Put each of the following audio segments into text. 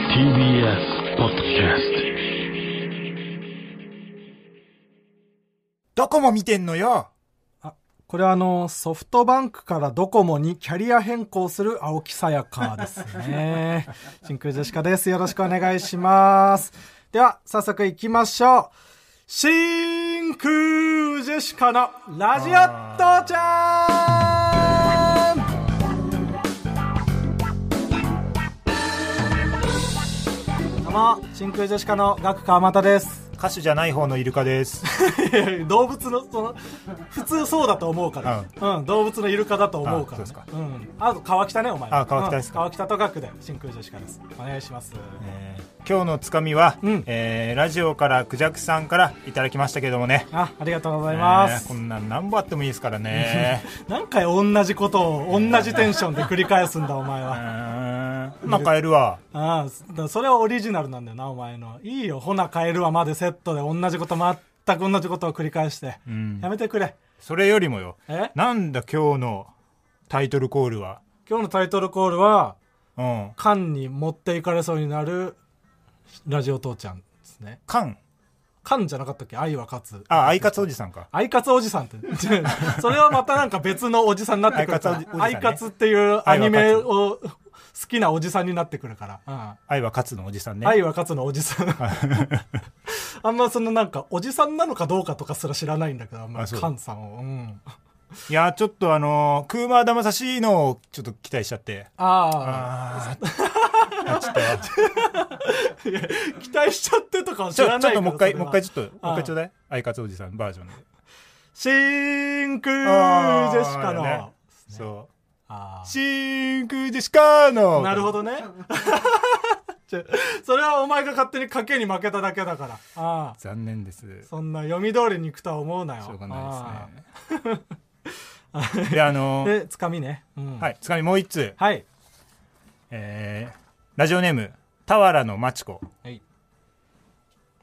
TBS ポッドキャスどこも見てんのよこれはあの、ソフトバンクからドコモにキャリア変更する青木さやかです ね。真空ジェシカです。よろしくお願いします。では、早速行きましょう。真空ジェシカのラジオ父ちゃんどうも、真空ジェシカのガク川又です。歌手じゃない方のイル カです。いやいや動物のその普通そうだと思うから、うん動物のイルカだと思うから、あそうですかうん、あと川北ねお前あ川北ですかうん川北と学で真空ジェシカですお願いします、えー今日のつかみは、うんえーラジオからクジャクさんからいただきましたけどもね。あありがとうございます、えーこんなん何本あってもいいですから ね。何回同じことを同じテンションで繰り返すんだお前うはーん。まあ、変えるわ。ああすだそれはオリジナルなんだよなお前のいいよほなカエルはまでセットで同じこと全く同じことを繰り返して、うんや。めてくれそれよりもよ。えなんだ今日のタイトルコールは。今日のタイトルコールはうん。缶に持っていかれそうになるラジオ父ちゃんですねカン。缶じゃなかったっけ愛は勝つあ、アイカツおじさんか。アイカツおじさんって それはまたなんか別のおじさんになってくるからアイカツおじおじさんねアイカツっていうアニメを好きなおじさんになってくるから、愛はカツのおじさんうんね。愛は勝つのおじさん あんまそのなんかおじさんなのかどうかとかすら知らないんだけどあんまありそうカンさんを、うん、あいや、ちょっとあのー、クーマーダマサシーのをちょっと期待しちゃって。ああー。あちょっと期待しちゃってとかは知ちらなょいちょっけどともう一回、それはもう一回ちょっと、ああもう一回ちょうだい。相方おじさんバージョンで。真空ジェシカのあーねそう。あー真空ジェシカの。なるほどね。 ちょそれはお前が勝手に賭けに負けただけだから。ああ残念です。しそんな読み通りに行くとは思うなよ。ょう がないですね。で、あああのー、で、つかみね。うんはい、つかみもう一通。はい。えー、ラジオネーム、俵のまちこ。はい。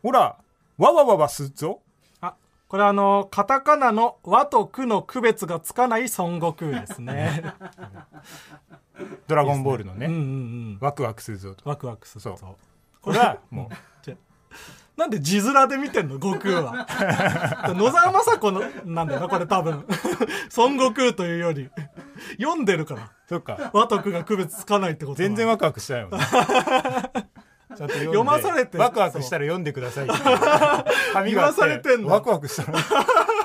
ほら、わわわわすっぞ。あ、これあの、カタカナの和とくの区別がつかない孫悟空ですね。 ドラゴンボールのうんうんね、うん。ワクワクするぞと。ワクワクするそうと。これは、 もう、なんで字面で見てんの悟空 は。野沢雅子の、なんだよな、これ多分。孫悟空というより。読んでるから。そっか。和とくが区別つかないってことは全然ワクワクしてないも んね。ちゃんと読んで読まされてワクワクしたら読んでくださいって。紙があって読まされてんのワクワクしたら。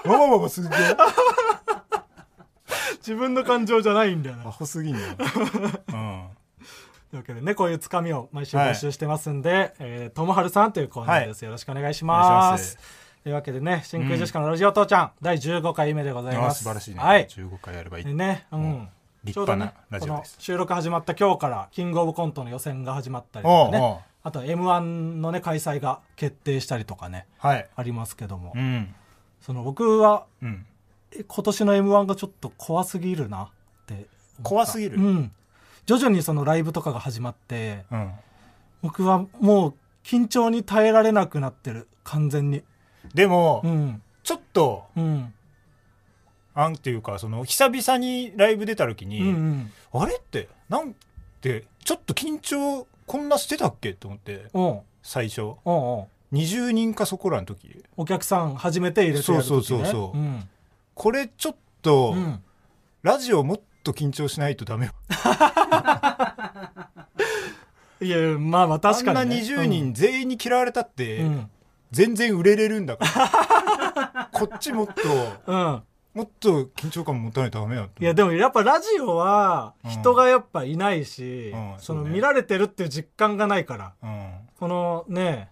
わわわわすっぞ。自分の感情じゃないんだよねア。ホすぎんな。うん。というわけでね、こういうつかみを毎週募集してますんで、えーともはるさんというコーナーです。よろしくお願いしお願まいしす。まというわけでね、真空ジェシカのラジオ父ちゃん、第15回目でございあまあす。素晴らしいね。はい。 15回やればいい。でね、うん。立派なラジオですちょうどねこの収録始まった今日から、キングオブコントの予選が始まったりとかおうおねう、あと M1 のね、開催が決定したりとかね、はい。ありますけどもう、ん。その僕は、うん。え今年の M1 がちょっと怖すぎるなって怖すぎる。う。ん、徐々にそのライブとかが始まってうん。僕はもう緊張に耐えられなくなってる完全にでもう、んちょっと、うんあんっていうか、その、久々にライブ出た時うんうに、んあれって、なんて、ちょっと緊張、こんなしてたっけと思って、おう最初。おうおう20人かそこらの時。お客さん初めて入れてやる時、ね、そうそうそうそううんこれちょっとう、んラジオもっと緊張しないとダメよ。いやまあまあ確かあんに、なね、 20人全員に嫌われたっうて、ん、全然売れれるん だから。こっちもっと、うんうんもっと緊張感持たないとダメだいやでもやっぱラジオはうん人がやっぱいないし、うんそそうのね見られてるっていう実感がないからうん。このね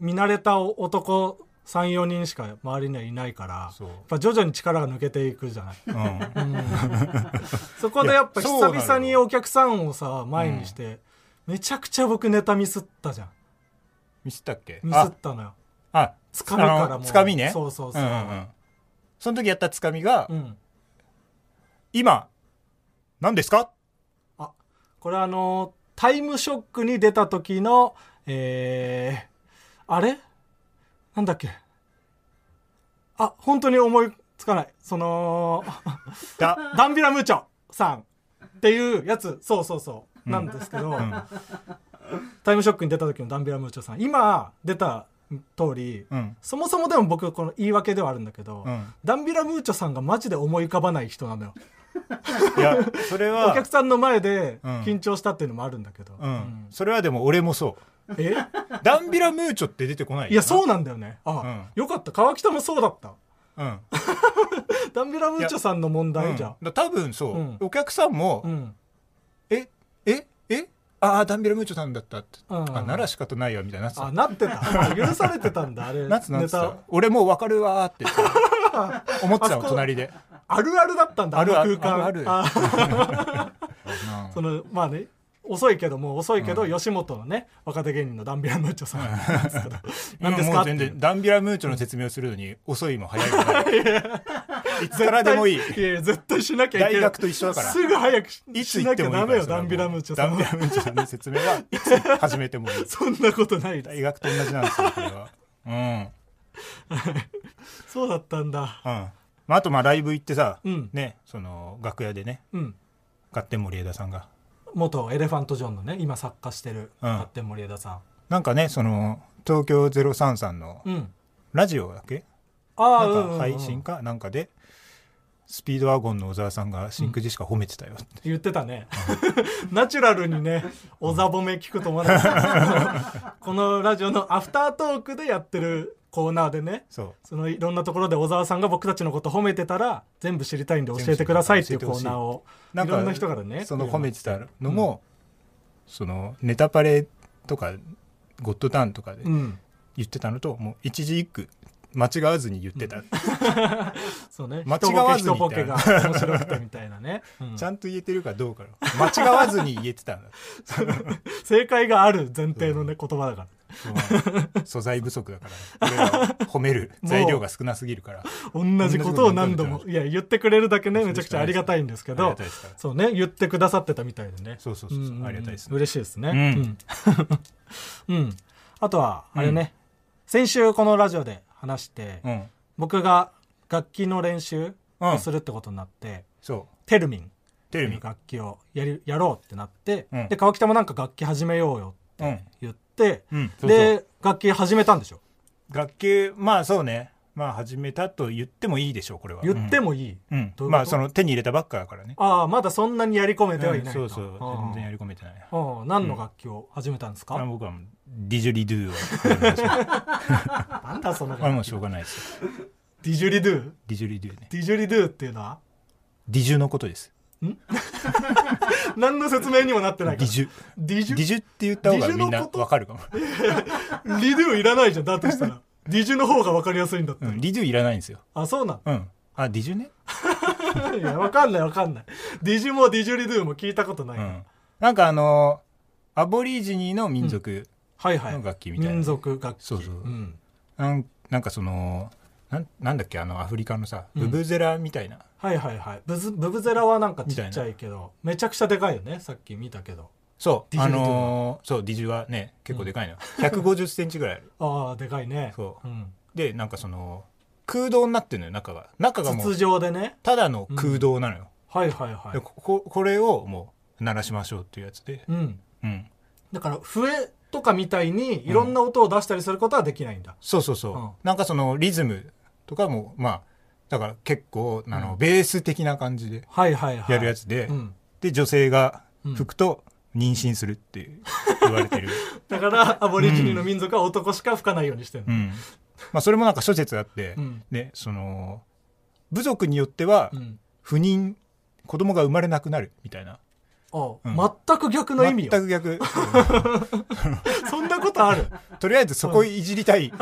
見慣れた男34人しか周りにはいないからそうやっぱ徐々に力が抜けていくじゃない、うん。 そこでやっぱいやそうな久々のよにお客さんをさ前にして、めちゃくちゃ僕ネタミスったじゃんミスったっけミスったのよあ、あつかみからもあのつかみね。そうそうそうんんんその時やったつかみが、うん、今、何ですかこれあのタイムショックに出た時のえー、あれなんだっけあ本当に思いつかないそのだ。ダンビラムーチョさんっていうやつ、そうそうそう、なんですけど、んタイムショックに出た時のダンビラムーチョさん今出た通り、うんそもそもでも僕この言い訳ではあるんだけど、うんダンビラムーチョさんがマジで思い浮かばない人なのよいやそれおは客さんの前でうん緊張したっていうのもあるんだけど、うん、それはでも俺もそううんえダンビラムーチョって出てこないいやう、そうなんだよねあ、よかった川北もそうだったうん、ダンビラムーチョさんの問題じゃんうんだ多分そう、うんお客さんも、うん、えええああダンビラムーチョさんだったって、うんあなら仕方ないよみたいなあななってた あ許されてたんだあれつなネつタさ俺もう分かるわー って思ってたあそのこ隣であるあるだったんだあるあのる空間あるあうん そのまあね遅いけども遅いけど、うん吉本のね若手芸人のダンビラムーチョさんなんですけど 今何ですもかう全然ダンビラムーチョの説明をするのに遅いも早いもないいつ絶対からでもいいいやいや絶対しなきゃいけない大学と一緒だからすぐ早くしいつし行なってきゃもいいダかメらよそれはダンビラムーチョダさンんビはラムーチョさんの説明はいつ始めてもいいそんなことないです大学と同じなんですよこれはうんそうだったんだうんまあ、あとまあライブ行ってさ、うんねその楽屋でねうん勝手森枝さんが元エレファントジョンのね今作家してるうん勝手森枝さなんかねその東京03さんのんうんラジオだっけ、ああなんか配信かなんかでスピードワゴンの小沢さんが真空ジェシカ褒めてたよって、言ってたね ナチュラルにねおざぼめ聞くと思わなかった このラジオのアフタートークでやってるコーナーでねそうそのいろんなところで小沢さんが僕たちのこと褒めてたら全部知りたいんで教えてくださいっていうコーナーをいなんかろんな人からねその褒めてたのも、そのネタパレとかゴッドタンとかでうん言ってたのともう一字一句間違わずに言ってた、そうね間違わずに一ボケ一ボケが面白くてみたいなね、 うんちゃんと言えてるかどうかの間違わずに言えてたんだ正解がある前提のね言葉だからそう素材不足だから俺らを褒める材料が少なすぎるから同じことを何度もいや言ってくれるだけねめちゃくちゃありがたいんですけありどがたいですからそうね言ってくださってたみたいでねそうそうそうそうんんありがたいですね嬉しいですねうん、 うんあとはあれね、先週このラジオで話して、うん僕が楽器の練習をするってことになって、そテルミンうテレビ楽器をやりやろうってなって、うんで川北もなんか楽器始めようよっうてん言って、うんそうそうで楽器始めたんでしょ楽器まあそうねまあ始めたと言ってもいいでしょうこれは言ってもいい、うんどういうことまあその手に入れたばっかだからねああまだそんなにやり込めてはいうんないそとうそうあ全あ然やり込めてないああ何の楽器を始めたんですか、あ僕はもうディジュリドゥを なんだそのあれもうしょうがないですよディジュリドゥディジュリドゥねディジュリドゥっていうのはディジュのことです何の説明にもなってなデいかィらジュディデジュィジュって言った方がディジュみのんなことわかるかもリドゥいらないじゃんだとしたらディジュの方が分かりやすいんだって、うんディジュいらないんですよあそうなんうんあディジュねいや分かんない分かんないディジュもディジュリドゥも聞いたことない、うんなんかあのアボリジニの民族はいはいの楽器みたいな、民族楽器そうそううん、なんなんかそのなんなんだっけあのアフリカのさブブゼラみたいな、はいはいはいブズブブゼラはなんかちっみちたゃいいけどめちゃくちゃでかいよねさっき見たけどそうディジあュっていうののーそうディジュはね結構でかいの、150センチぐらいあるああでかいねそううん、でなんかその空洞になってるのよ中が中がも筒う状でねただの空洞なのよ、はいはいはでいこここれをもう鳴らしましょうっていうやつでうんうんだから笛とかみたいにいろんな音を出したりすることはできないんだ、そうそうそう、うんなんかそのリズムとかもまあだから結構あの、ベース的な感じではいはいはいやるやつで、うん、で女性が吹くと妊娠するっていう言わ れてる、だからアボリジニの民族は男しか吹かないようにしてる、うのんまあ、それもなんか諸説あって、うんねその部族によってはうん不妊子供が生まれなくなるみたいなあう全く逆の意味よ全く逆 そんなことあるとりあえずそこいじりたい、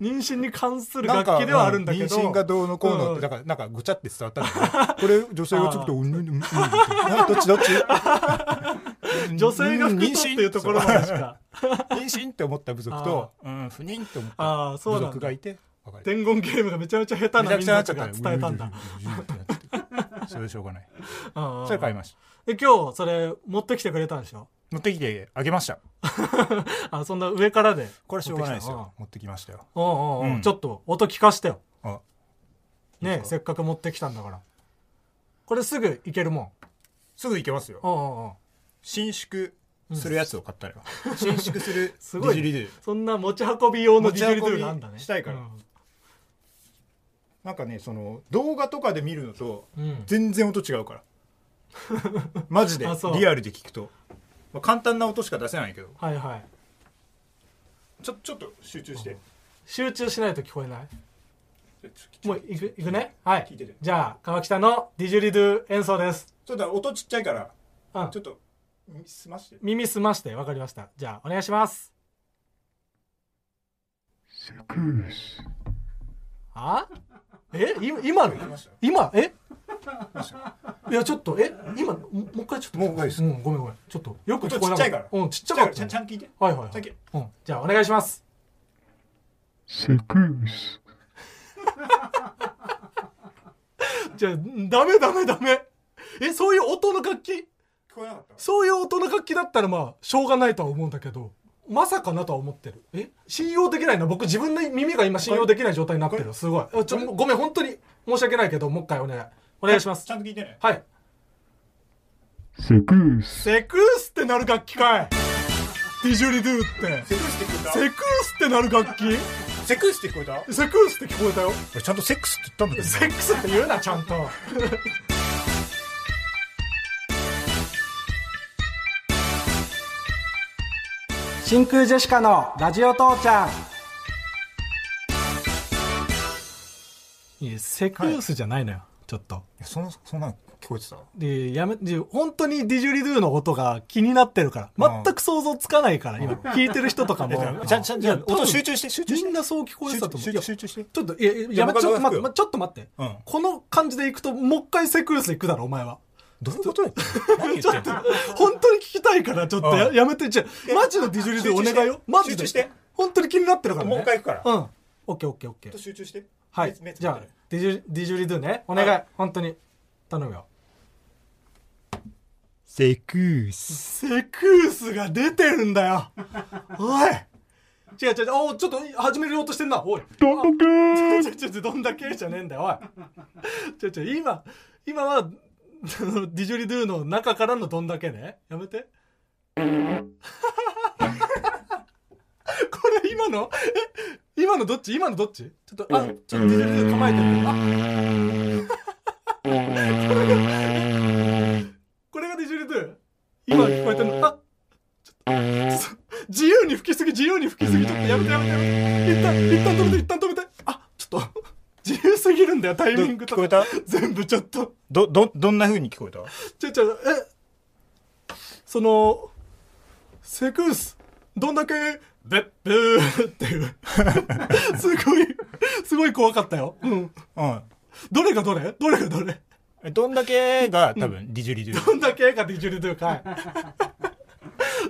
妊娠に関するなん楽か器ではあるんだけど妊娠がどうのこうのってだからなんかごちゃって伝わったんだけど、これ女性が吹くと「うんうんうん」あどっちどっち女性が吹くとっていうところまでしか 妊娠って思った部族と、うん、不妊って思っあたあそう部なん族だがいて別れて伝言ゲームがめちゃめちゃ下手な民族が伝えたんだそれでしょうがないうんうんそれ買いましたで今日それ持ってきてくれたんでしょ持ってきてあげましたあそんな上からでこれはしょうがないです持ってよ持ってきましたよきたのうんうんうんうんちょっと音聞かしてよあいいねですかせっかく持ってきたんだからこれすぐいけるもんすぐ行けますようんうんうん伸縮するやつを買ったのよ、伸縮 するすごいディジリドゥそんな持ち運び用の持デちィジリド運ゥびがあんだねしたいからなんかねその動画とかで見るのとうん、うん全然音違う からマジであそうリアルで聞くと、まあ、簡単な音しか出せないけどはいはいちょちょっと集中して集中しないと聞こえないももうういくいくねはい聞いててじゃあ川北のディジュリドゥ演奏です、ちょっと音ちっちゃいからうんちょ、っとすまして耳澄ましてわかりましたじゃあお願いしますあえい今のました今えいやちょっとえ今ももう一回ちょっともう一回ですうんごめんごめんちょっとよく聞こえなか音ちっちゃいからうんちっちゃかっちっちゃいからちゃたんちゃん聞いてはいはい、はちゃん聞いいてうん、じゃあお願いしますじゃあダメダメダメえそういう音の楽器聞こえなかったそういう音の楽器だったらまあしょうがないとは思うんだけどまさかなとは思ってるえ信用できないな僕自分の耳が今信用できない状態になってこるすごいあちょごめん本当に申し訳ないけどもう一回お願いおお願いしますちゃんと聞いてねはいセクースってなる楽器かいディジュリドゥってセクスって聞こセクースってなる楽器えたセクスって聞こえたセクースって聞こえたよ俺ちゃんとセックスって言ったんだセックスって言うなちゃん と真空ジェシカのラジオ父ちゃんいやセクースじゃないのよ、ちょっとそんそんなん聞こえてたでやめで本当にディジュリドゥの音が気になってるから全く想像つかないから、 今聞いてる人とかもちゃんちゃんちゃんいや多分音集中して集中みしてんなそう聞こえて集たと中思ういや集中集中してちょっと、いや、いや、じゃやあめちょっと僕が吹待っくて、よまちょっと待って、うんこの感じでいくと、もう一回セクルス行くだろ、お前は。どういうことやちょっと、 本当に聞きたいから、ちょっとや,、うんやめて、じゃあマジのディジュリでお願い集中しよて。マジ集で中して。本当に気になってるからね。もう一回行くかうらん。オッケーオッケーオッケー。集中してはい目。つじぶっゃあてディね、ジュリ、ディジュリドゥね。お願い。はい本当に。頼むよ。セクスセクースが出てるんだよ。おい。違う違う違う、おうちょっと始めようとしてんな。おい。どんどんち ょちょちょちょどんだけじゃねえんだよおいちょちょ今今は ディジュリドゥの中からのどんだけねやめてこれ今のえ今のどっち今のどっちちょっとあちょっとディジュリドゥ構えてるあこれがディジュリドゥ今聞こえてるのあ自由に吹きすぎ自由に吹きすぎちょっとやめてやめてやめて一旦一旦止めて一旦止めてあちょっと自由すぎるんだよタイミングと聞かこえた全部ちょっとどどどんな風に聞こえたちょちょえそのセクースどんだけベッベーっていう すごいすごい怖かったよ、うん、うんどれがどれどれがどれえどんだけが多分ディジュリドゥどんだけかディジュリドゥか い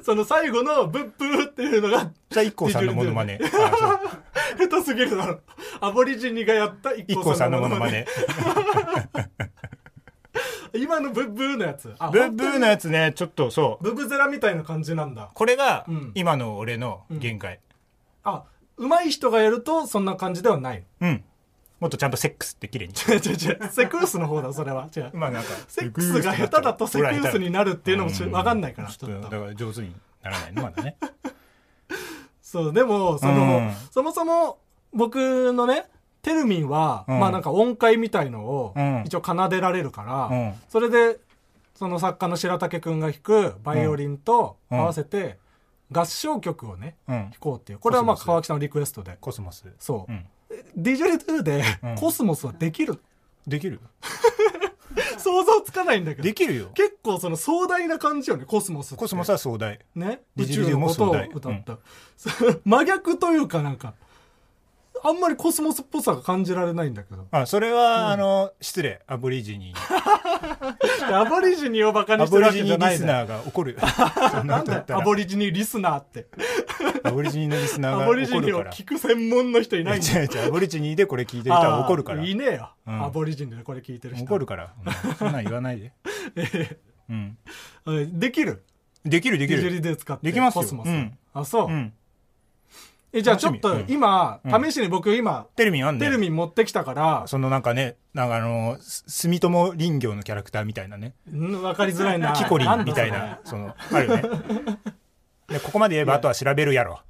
その最後のブッブーっていうのが じゃあ IKKO さんのモノマネあそう 下手すぎるだろアボリジニがやった一 IKKO 個さんのモノマネ今のブッブーのやつあブーブーのやつねちょっとそうブブゼラみたいな感じなんだこれがうん今の俺の限界あ上手い人がやるとそんな感じではないうん、もっとちゃんとセックスって綺麗 に違う違う違うセクースの方だそれは違うまあなんかセックスが下手だとセクースになるっていうのもちょう分かんないからちちょょっとっだとから上手にならないの まだねそうでもそうんのそもそも僕のねテルミンは、うんまあなんか音階みたいのをうん一応奏でられるから、うんそれでその作家の白竹くんが弾くバイオリンと合わせて合唱曲をねうん弾こうっていうこれはまあコスモス川北のリクエストでコスモスそう、うんディジュリトゥーでうんコスモスはできる、できる想像つかないんだけどできるよ結構その壮大な感じよねコスモスってコスモスは壮大ね、デ宇ィジュ宙リドのゥもことを壮大歌った、 真逆というかなんかあんまりコスモスっぽさが感じられないんだけどあそれは、あの失礼アボリジニ アボリジニをバカにアしてボるリわけジニじゃなリいスのよナーが怒るそんな なこんとだ言よったアらボリジニリスナーってアボリジニのリスナーアがボリジ怒ニるかをら聞く専門の人いない んだよ違う違うアボリジニでこれ聞いてる人は怒るか らあーいねえよ、うんアボリジニでこれ聞いてる人怒 るから、うんそんなん言わないで、うん、えできるできるできディジュるリで使ってできますよコスモス、うんあそう、うんえじゃあちょっと楽しみ今、うん試しに僕今テルミンあんねテルミン持ってきたから、そのなんかねなんかあのす住友林業のキャラクターみたいなねうん、分かりづらいなキコリなんだンみたいなそのあるよねでここまで言えばあとは調べるやろ。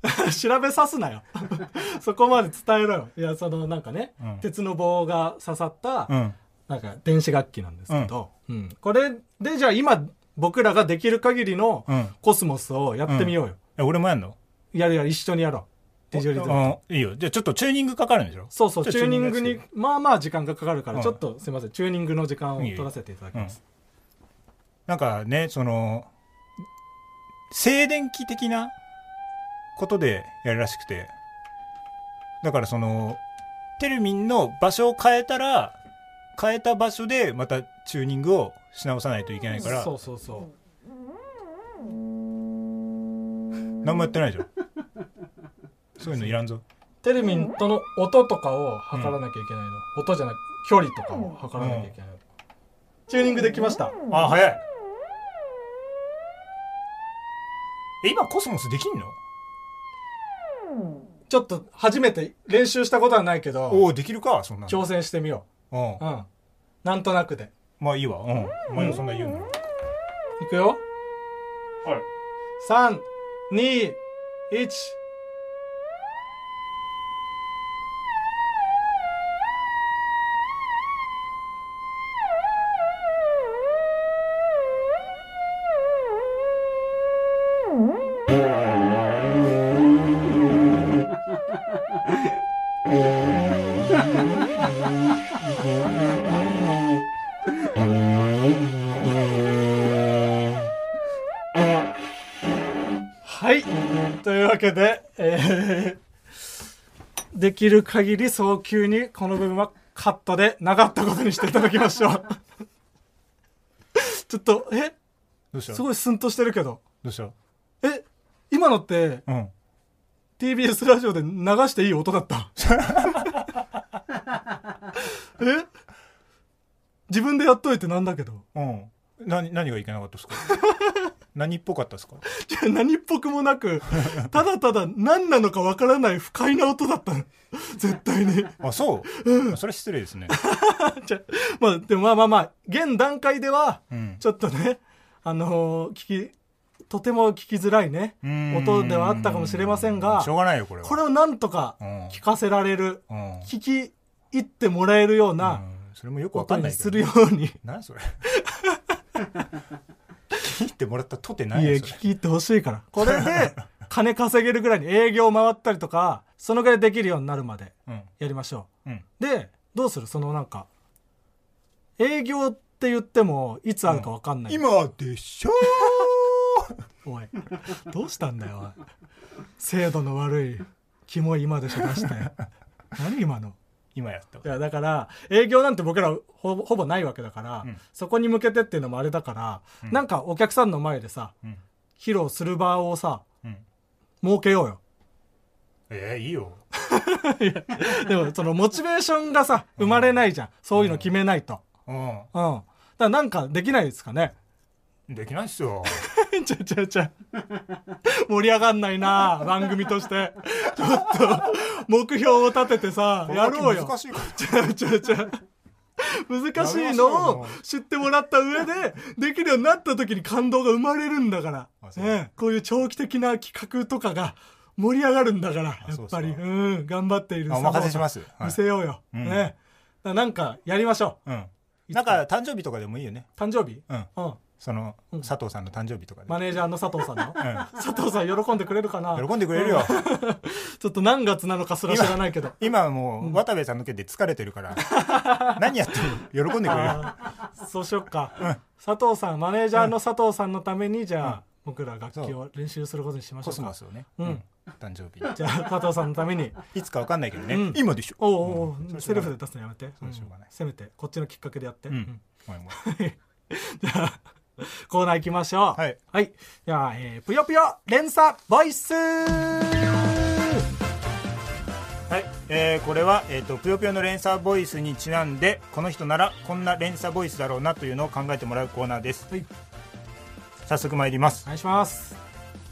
調べさすなよ そこまで伝えろよいやそのなんかね、うん鉄の棒が刺さった、うん。なんか電子楽器なんですけど、うんこれでじゃあ今僕らができる限りのうんコスモスをやってみようよ、え俺もやんのやるやる一緒にやろうディジョリズム、うん、いいよ。じゃあちょっとチューニングかかるんでしょそうそうじゃあチューニングにまあまあ時間がかかるから、うんちょっとすいませんチューニングの時間をいいよ取らせていただきます、なんかね、その、静電気的なことでやるらしくて。だからその、テルミンの場所を変えたら、変えた場所でまたチューニングをし直さないといけないからそ、うそうそう何もやってないじゃん。そういうのいらんぞ。テルミンとの音とかを測らなきゃいけないの、音じゃなく距離とかを測らなきゃいけないの、チューニングできましたあ、早い。え、今コスモスできんのちょっと初めて練習したことはないけおどお、できるか、そんなの。挑戦してみようんう。うんなんとなくでまあいいわ。うん。お前もそんな言うの。いくよはい。 321はいというわけで、えーできる限り早急にこの部分はカットでなかったことにしていただきましょうちょっとえどうしたすごいスンとしてるけどどうしたえ今のってうん。 TBS ラジオで流していい音だった え自分でやっといてなんだけど うん。何、何がいけなかったですか何っぽかったですかいや何っぽくもなくただただ何なのかわからない不快な音だったの絶対にあ、そうそれ失礼ですね。じゃまあでもまあまあまあ現段階ではうん。ちょっとねあのー聞きとても聞きづらいねうん音ではあったかもしれませんがしょうがないよ、これは。これをなんとかうん聞かせられるうん。うん。聞き入ってもらえるようなそれもよくわか音んなにいけすど。るように何それ。聞いてもらったとてないいえよ、それ聞き入ってほしいからこれで金稼げるぐらいに営業回ったりとかそのぐらいできるようになるまでうん。やりましょうん。うでどうするそのなんか営業って言ってもいつあるか分かんない、今でしょおい どうしたんだよおい精度の悪いキモい今でしょ出したよ 何今の今やったわいやだから営業なんて僕らほぼほぼないわけだから、うんそこに向けてっていうのもあれだから、うんなんかお客さんの前でさうん。披露する場をさうん。設けようよえー、いいよ。 でもそのモチベーションがさ生まれないじゃんそういうの決めないとうん。うん、だからなんかできないですかねできないっすよ。ちゃちゃちゃ盛り上がんないな番組としてちょっと目標を立ててさやろうよ難しいから。ちゃちゃちゃ難しいやめましょのうもをう知ってもらった上でできるようになった時に感動が生まれるんだからあ、そうね、こういう長期的な企画とかが盛り上がるんだからやそうっそぱうりうん頑張っているあお任せしますサポート見せようよ、はいうんねだからなんかやりましょうん。なんか、誕生日とかでもいいよね。う誕生日、うん。うん、その、うん佐藤さんの誕生日とかで。マネージャーの佐藤さん のうん。佐藤さん喜んでくれるかな喜んでくれるよ。ちょっと何月なのかすら知らないけど今もう渡部さんの件で疲れてるから、何やっても喜んでくれるよ。あーそうしよっか、佐藤さんマネージャーの佐藤さんのためにじゃあ、僕ら楽器を練習することにしましょコうスかモスをね、うん誕生日にじゃあ佐藤さんのため にいつかわかんないけどね、うん今でしょ。おうおうおう、うんセルフで出すのやめてそれしょうがないんせめてこっちのきっかけでやって、うんうんごめんごめんじゃあコーナー行きましょうはい、じゃあ、えーぷよぷよ連鎖ボイスはいえーこれは、えーと「ぷよぷよ」の連鎖ボイスにちなんでこの人ならこんな連鎖ボイスだろうなというのを考えてもらうコーナーですはい早速参りますお、願いします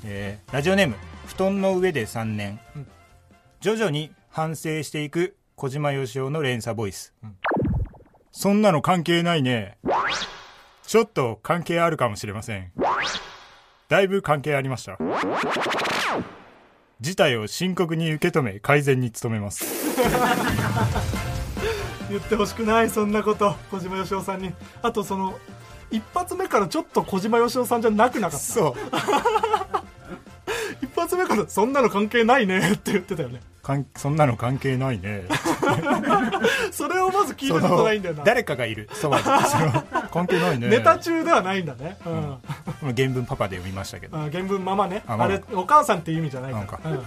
えーラジオネーム「布団の上で3年」うん徐々に反省していく小島よしおの連鎖ボイス、んそんなの関係ないねちょっと関係あるかもしれませんだいぶ関係ありました事態を深刻に受け止め改善に努めます言ってほしくないそんなこと小島よしおさんにあとその一発目からちょっと小島よしおさんじゃなくなか ったそう一発目からそんなの関係ないねって言ってたよねかんそんなの関係な いねそれをまず聞いたことないんだよなその誰かがいるそば にその関係ないねネタ中ではないんだね、うんまあ原文パパで読みましたけど、あ原文ままねああママれお母さんっていう意味じゃないからな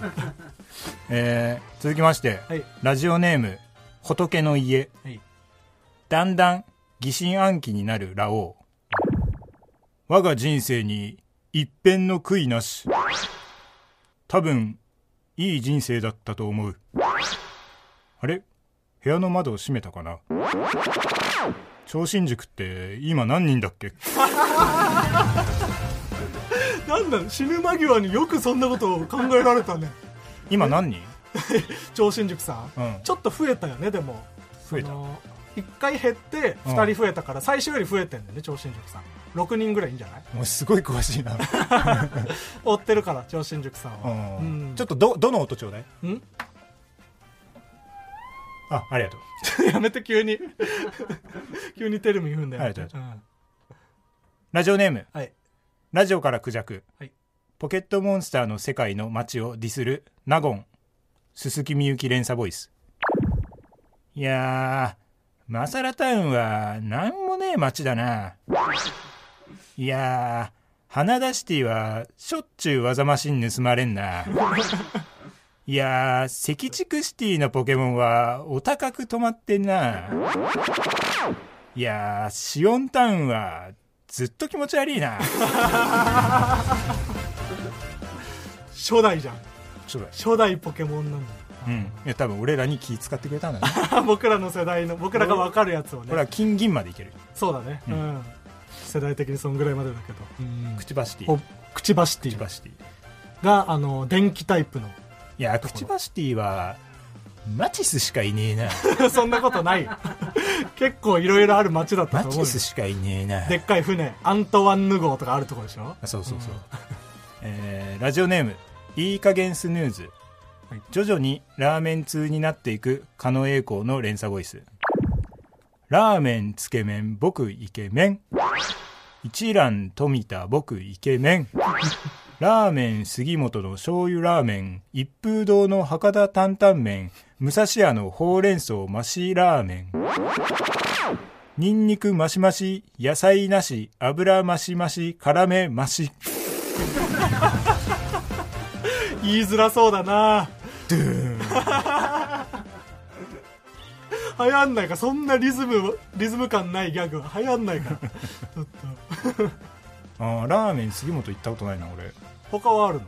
えー続きまして、はいラジオネーム仏の家うんはいだんだん疑心暗鬼になるラオウ我が人生に一片の悔いなし多分いい人生だったと思うあれ部屋の窓を閉めたかな超新塾って今何人だっけなんなの死ぬ間際によくそんなことを考えられたね今何人超新塾さん、うんちょっと増えたよねでも増えたその一回減ってうん二人増えたから、最初より増えてんだよね超新塾さん6人ぐらいいいんじゃないもうすごい詳しいな、追ってるから超新塾さんは、うんうんちょっとどどの音ちょうだいんあありがとうやめて急に 急にテルミン踏んだよ、ありがとううんラジオネームはいラジオからクジャク、はいポケットモンスターの世界の街をディスるナゴン鈴木みゆき連鎖ボイスいやーマサラタウンはなんもねえ街だないやー花田シティはしょっちゅう技マシン盗まれんないやー赤竹シティのポケモンはお高く止まってんないやーシオンタウンはずっと気持ち悪いな初代じゃんそうだ初代ポケモンなんだよ うんいや多分俺らに気使ってくれたんだね僕らの世代の僕らが分かるやつをこれねは金銀までいけるそうだね、うん世代的にそんぐらいまでだけど、くちばしティおくちばしテくちィばしティいがあの電気タイプの やくちばしティはマチスしかいねえなそんなことない 結構いろいろある街だったマと思うチよスしかいねえなでっかい船アントワンヌ号とかあるとこでしょあそうそうそう、 えーラジオネームいい加減スヌーズ、はい徐々にラーメン通になっていく狩野英孝の連鎖ボイスラーメンつけ麺僕イケメン一蘭富田僕イケ メンラーメン杉本の醤油ラーメン一風堂の博多担々麺武蔵屋のほうれん草増しラーメンニンニクマシマシ野菜なし油マシマシ辛めマシ言いづらそうだなドゥーン 流行んないかそんなリズムリズム感ないギャグは流行んない からちょっとあーラーメン杉本行ったことないな俺他はある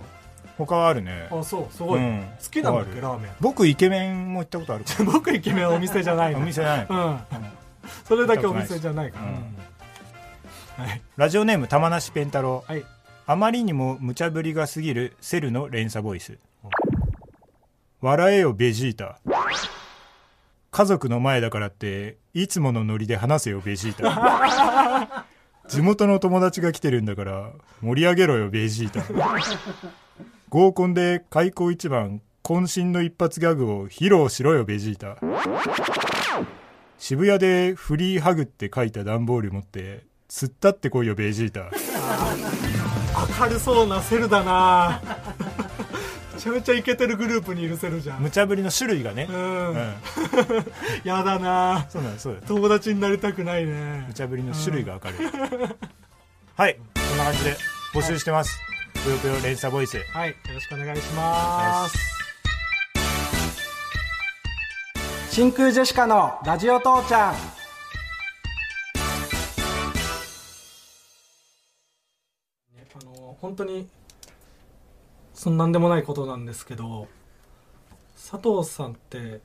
他はあるねのあそうすごい、うん好きなんだっあけるラーメン 僕イケメンも行ったことあるか僕イケメンお店じゃないらのお店ないうん、それだけお店じゃないから、うんはいラジオネーム玉梨ペンタロウはいあまりにも無茶ぶりが過ぎるセルの連鎖ボイス笑えよベジータ家族の前だからっていつものノリで話せよベジータ地元の友達が来てるんだから盛り上げろよベジータ合コンで開口一番渾身の一発ギャグを披露しろよベジータ渋谷でフリーハグって書いた段ボール持って突っ立ってこいよベジータ明るそうなセルだな めちゃめちゃイケてるグループにいるセルじゃん無茶ぶりの種類がねう、、うんん、やだなそうなんそうだ友達になりたくないね無茶ぶりの種類がわかるはいこんな感じで募集してます、ぷよぷよ連鎖ボイスはいよろしくお願いします真空ジェシカのラジオ父ちゃんあの本当にそんなんでもないことなんですけど佐藤さんって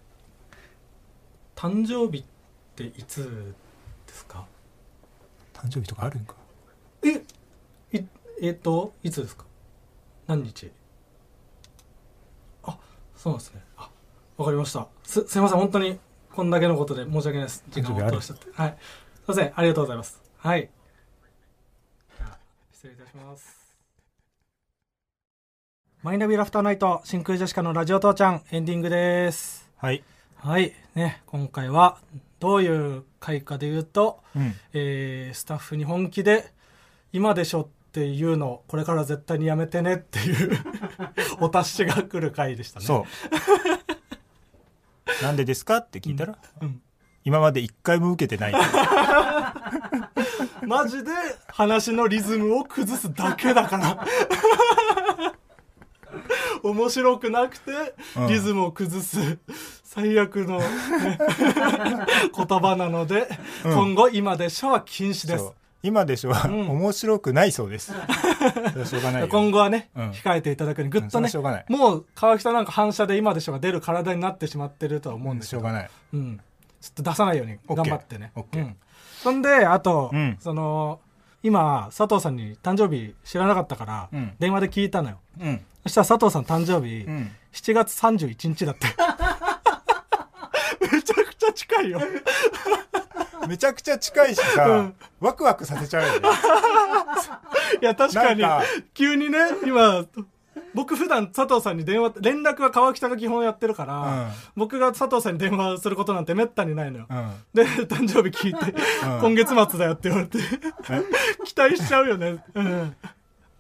誕生日っていつですか誕生日とかあるんかえいえっといつですか何日あそうなんですねあわかりましたすすいません本当にこんだけのことで申し訳ないです時間大丈夫を通しちゃってはいすいませんありがとうございますはいじゃあ失礼いたしますマイナビラフターナイト真空ジェシカのラジオ父ちゃんエンディングです。はい。はい。ね、今回はどういう回かで言うと、うん。えースタッフに本気で今でしょっていうのをこれから絶対にやめてねっていう お達しが来る回でしたね。そう。なんでですかって聞いたら、うん今まで一回も受けてない。マジで話のリズムを崩すだけだ から。面白くなくてうんリズムを崩す最悪 のね、言葉なので、うん今後今でしょは禁止でそすう。今でしょは、ん面白くないそうです。それはしょうがないよ。今後はね、うん控えていただくようにぐっとうねんそれはしょうがないもう川北なんか反射で今でしょが出る体になってしまってるとは思うんですしけょどうがない。うん、ちょっと出さないようにオッケ頑張ーってね。オッケーうんそんで、あと、うんその、今、佐藤さんに誕生日知らなかったから、うん電話で聞いたのよ。うん。そしたら佐藤さん誕生日、うん。 7月31日だ って。めちゃくちゃ近いよ。めちゃくちゃ近いしさ、うんワクワクさせちゃうよね。いや、確かになんか、急にね、今、僕普段佐藤さんに電話、連絡は川北が基本やってるから、うん僕が佐藤さんに電話することなんてめったにないのよ。うん。で、誕生日聞いて、うん今月末だよって言われて、期待しちゃうよね。うん。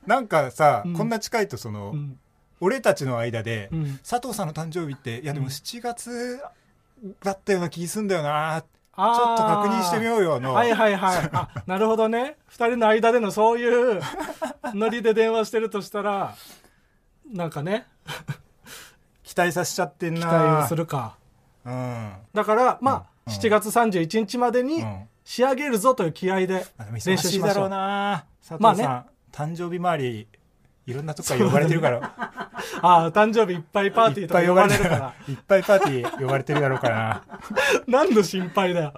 なんかさ、うんこんな近いとその、うん。俺たちの間で、うん佐藤さんの誕生日っていやでうもん7月だったような気すんだよな、ちょちょっと確認してみうようよの、はいはいはい。あ、なるほどね。二人の間でのそういうノリで電話してるとしたら、なんかね、期待させちゃってんな期待をするか。うんだから、まあ、うん7月31日までにうん仕上げるぞという気合であでも忙練習ししいまだしょろう。うな佐藤まあさん、ね誕生日周りいろんなとこから呼ばれてるから、ああ、誕生日いっぱ いパーティいーっとかぱい呼呼ばばれれてるかるからら。いっぱいパーティー呼ばれてるだろうからな 何の心配だよ。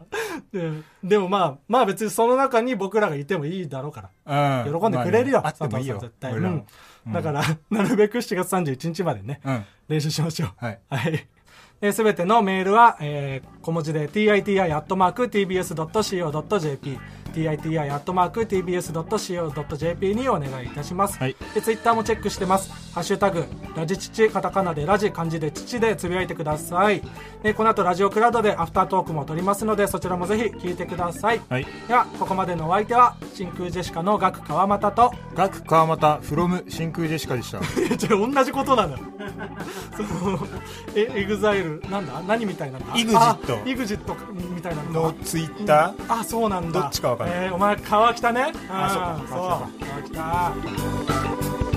ででもまあ、まあ別にその中に僕らがいてもいいだろうから。うん喜んでくれるよ、まあねあってもいいよ佐藤さん絶対、俺らもうんだから、なるべく7月31日までね、うん練習しましょう。はいはい。すべてのメールは、えー小文字で titi.tbs.co.jp titi.tbs.co.jp にお願いいたします。はいで、ツイッターもチェックしてます。ハッシュタグ、ラジチチ、カタカナでラジ、漢字で父でつぶやいてください。で、この後ラジオクラウドでアフタートークも撮りますので、そちらもぜひ聞いてください。はいでは、ここまでのお相手は、真空ジェシカのガク川又と、ガク川又 from 真空ジェシカでしたいや違う同じことなのよ そのえエグザイルなんだ何みたいなんだ EXIT イグジットみたいなののツイッターあそうなんだどっちかわかんないえーお前川北ねあそうかんそう川北